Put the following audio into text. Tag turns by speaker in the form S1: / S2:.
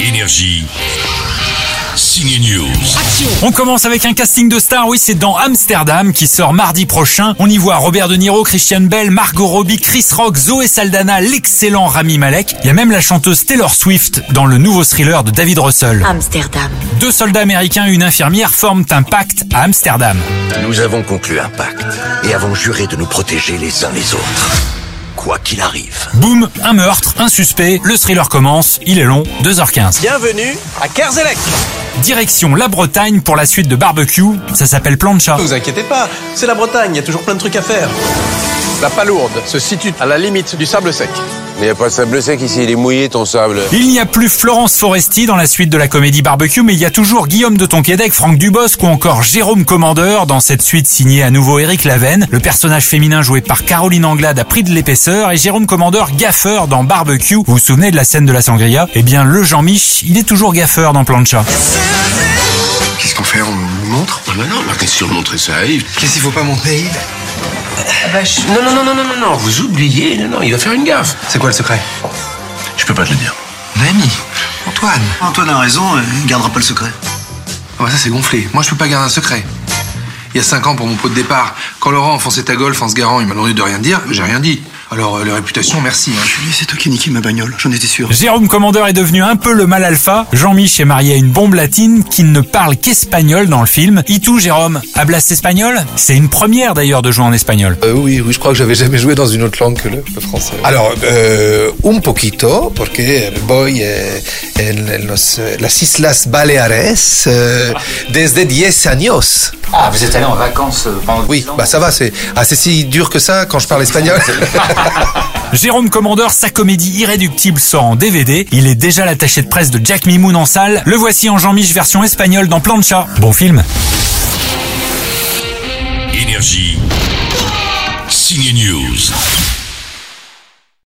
S1: Énergie. Signe News.
S2: On commence avec un casting de stars, oui, c'est dans Amsterdam qui sort mardi prochain. On y voit Robert De Niro, Christian Bell, Margot Robbie, Chris Rock, Zoé Saldana, l'excellent Rami Malek. Il y a même la chanteuse Taylor Swift dans le nouveau thriller de David Russell.
S3: Amsterdam.
S2: Deux soldats américains et une infirmière forment un pacte à Amsterdam.
S4: Nous avons conclu un pacte et avons juré de nous protéger les uns les autres, quoi qu'il arrive.
S2: Boum, un meurtre, un suspect, le thriller commence, il est long, 2h15.
S5: Bienvenue à Kerzelec.
S2: Direction la Bretagne pour la suite de Barbecue, ça s'appelle Plancha.
S5: Ne vous inquiétez pas, c'est la Bretagne, il y a toujours plein de trucs à faire. La palourde se situe à la limite du sable sec.
S6: Mais il n'y a pas de sable sec ici, il est mouillé ton sable.
S2: Il n'y a plus Florence Foresti dans la suite de la comédie Barbecue, mais il y a toujours Guillaume de Tonquédec, Franck Dubosc ou encore Jérôme Commandeur dans cette suite signée à nouveau Éric Lavenne. Le personnage féminin joué par Caroline Anglade a pris de l'épaisseur et Jérôme Commandeur gaffeur dans Barbecue. Vous vous souvenez de la scène de la sangria Eh bien, le Jean-Mich, il est toujours gaffeur dans Plancha.
S7: Qu'est-ce qu'on fait On nous montre
S6: Ah bah non, bah, qu'est-ce que montrer ça arrive
S7: Qu'est-ce qu'il faut pas montrer, Yves
S6: Non, non, non, non, non, non, non, vous oubliez, non, non, il va faire une gaffe.
S7: C'est quoi le secret
S6: Je peux pas te le dire.
S7: Mamie Antoine
S8: Antoine a raison, euh, il gardera pas le secret.
S7: Ouais, ça c'est gonflé. Moi, je peux pas garder un secret. Il y a 5 ans pour mon pot de départ, quand Laurent enfonçait ta golf en se garant, il m'a demandé de rien dire, j'ai rien dit. Alors, euh, les réputations, merci. hein.
S8: Julie, c'est toi qui as niqué ma bagnole, j'en étais sûr.
S2: Jérôme Commandeur est devenu un peu le mal alpha. Jean-Mich est marié à une bombe latine qui ne parle qu'espagnol dans le film. Et tout, Jérôme Hablas espagnol C'est une première d'ailleurs de jouer en espagnol.
S9: Euh, oui, oui, je crois que j'avais jamais joué dans une autre langue que le, le français. Alors, euh, un poquito, porque voy eh, en, en los, eh, las Islas Baleares euh, desde 10 años.
S10: Ah, vous êtes allé en vacances euh, pendant
S9: Oui,
S10: dix ans
S9: bah ça va, c'est ah, c'est si dur que ça quand je parle espagnol.
S2: Jérôme Commandeur, sa comédie irréductible sort en DVD. Il est déjà l'attaché de presse de Jack Mimoun en salle. Le voici en Jean-Mich version espagnole dans Plancha. Bon film
S1: Énergie. Signe News.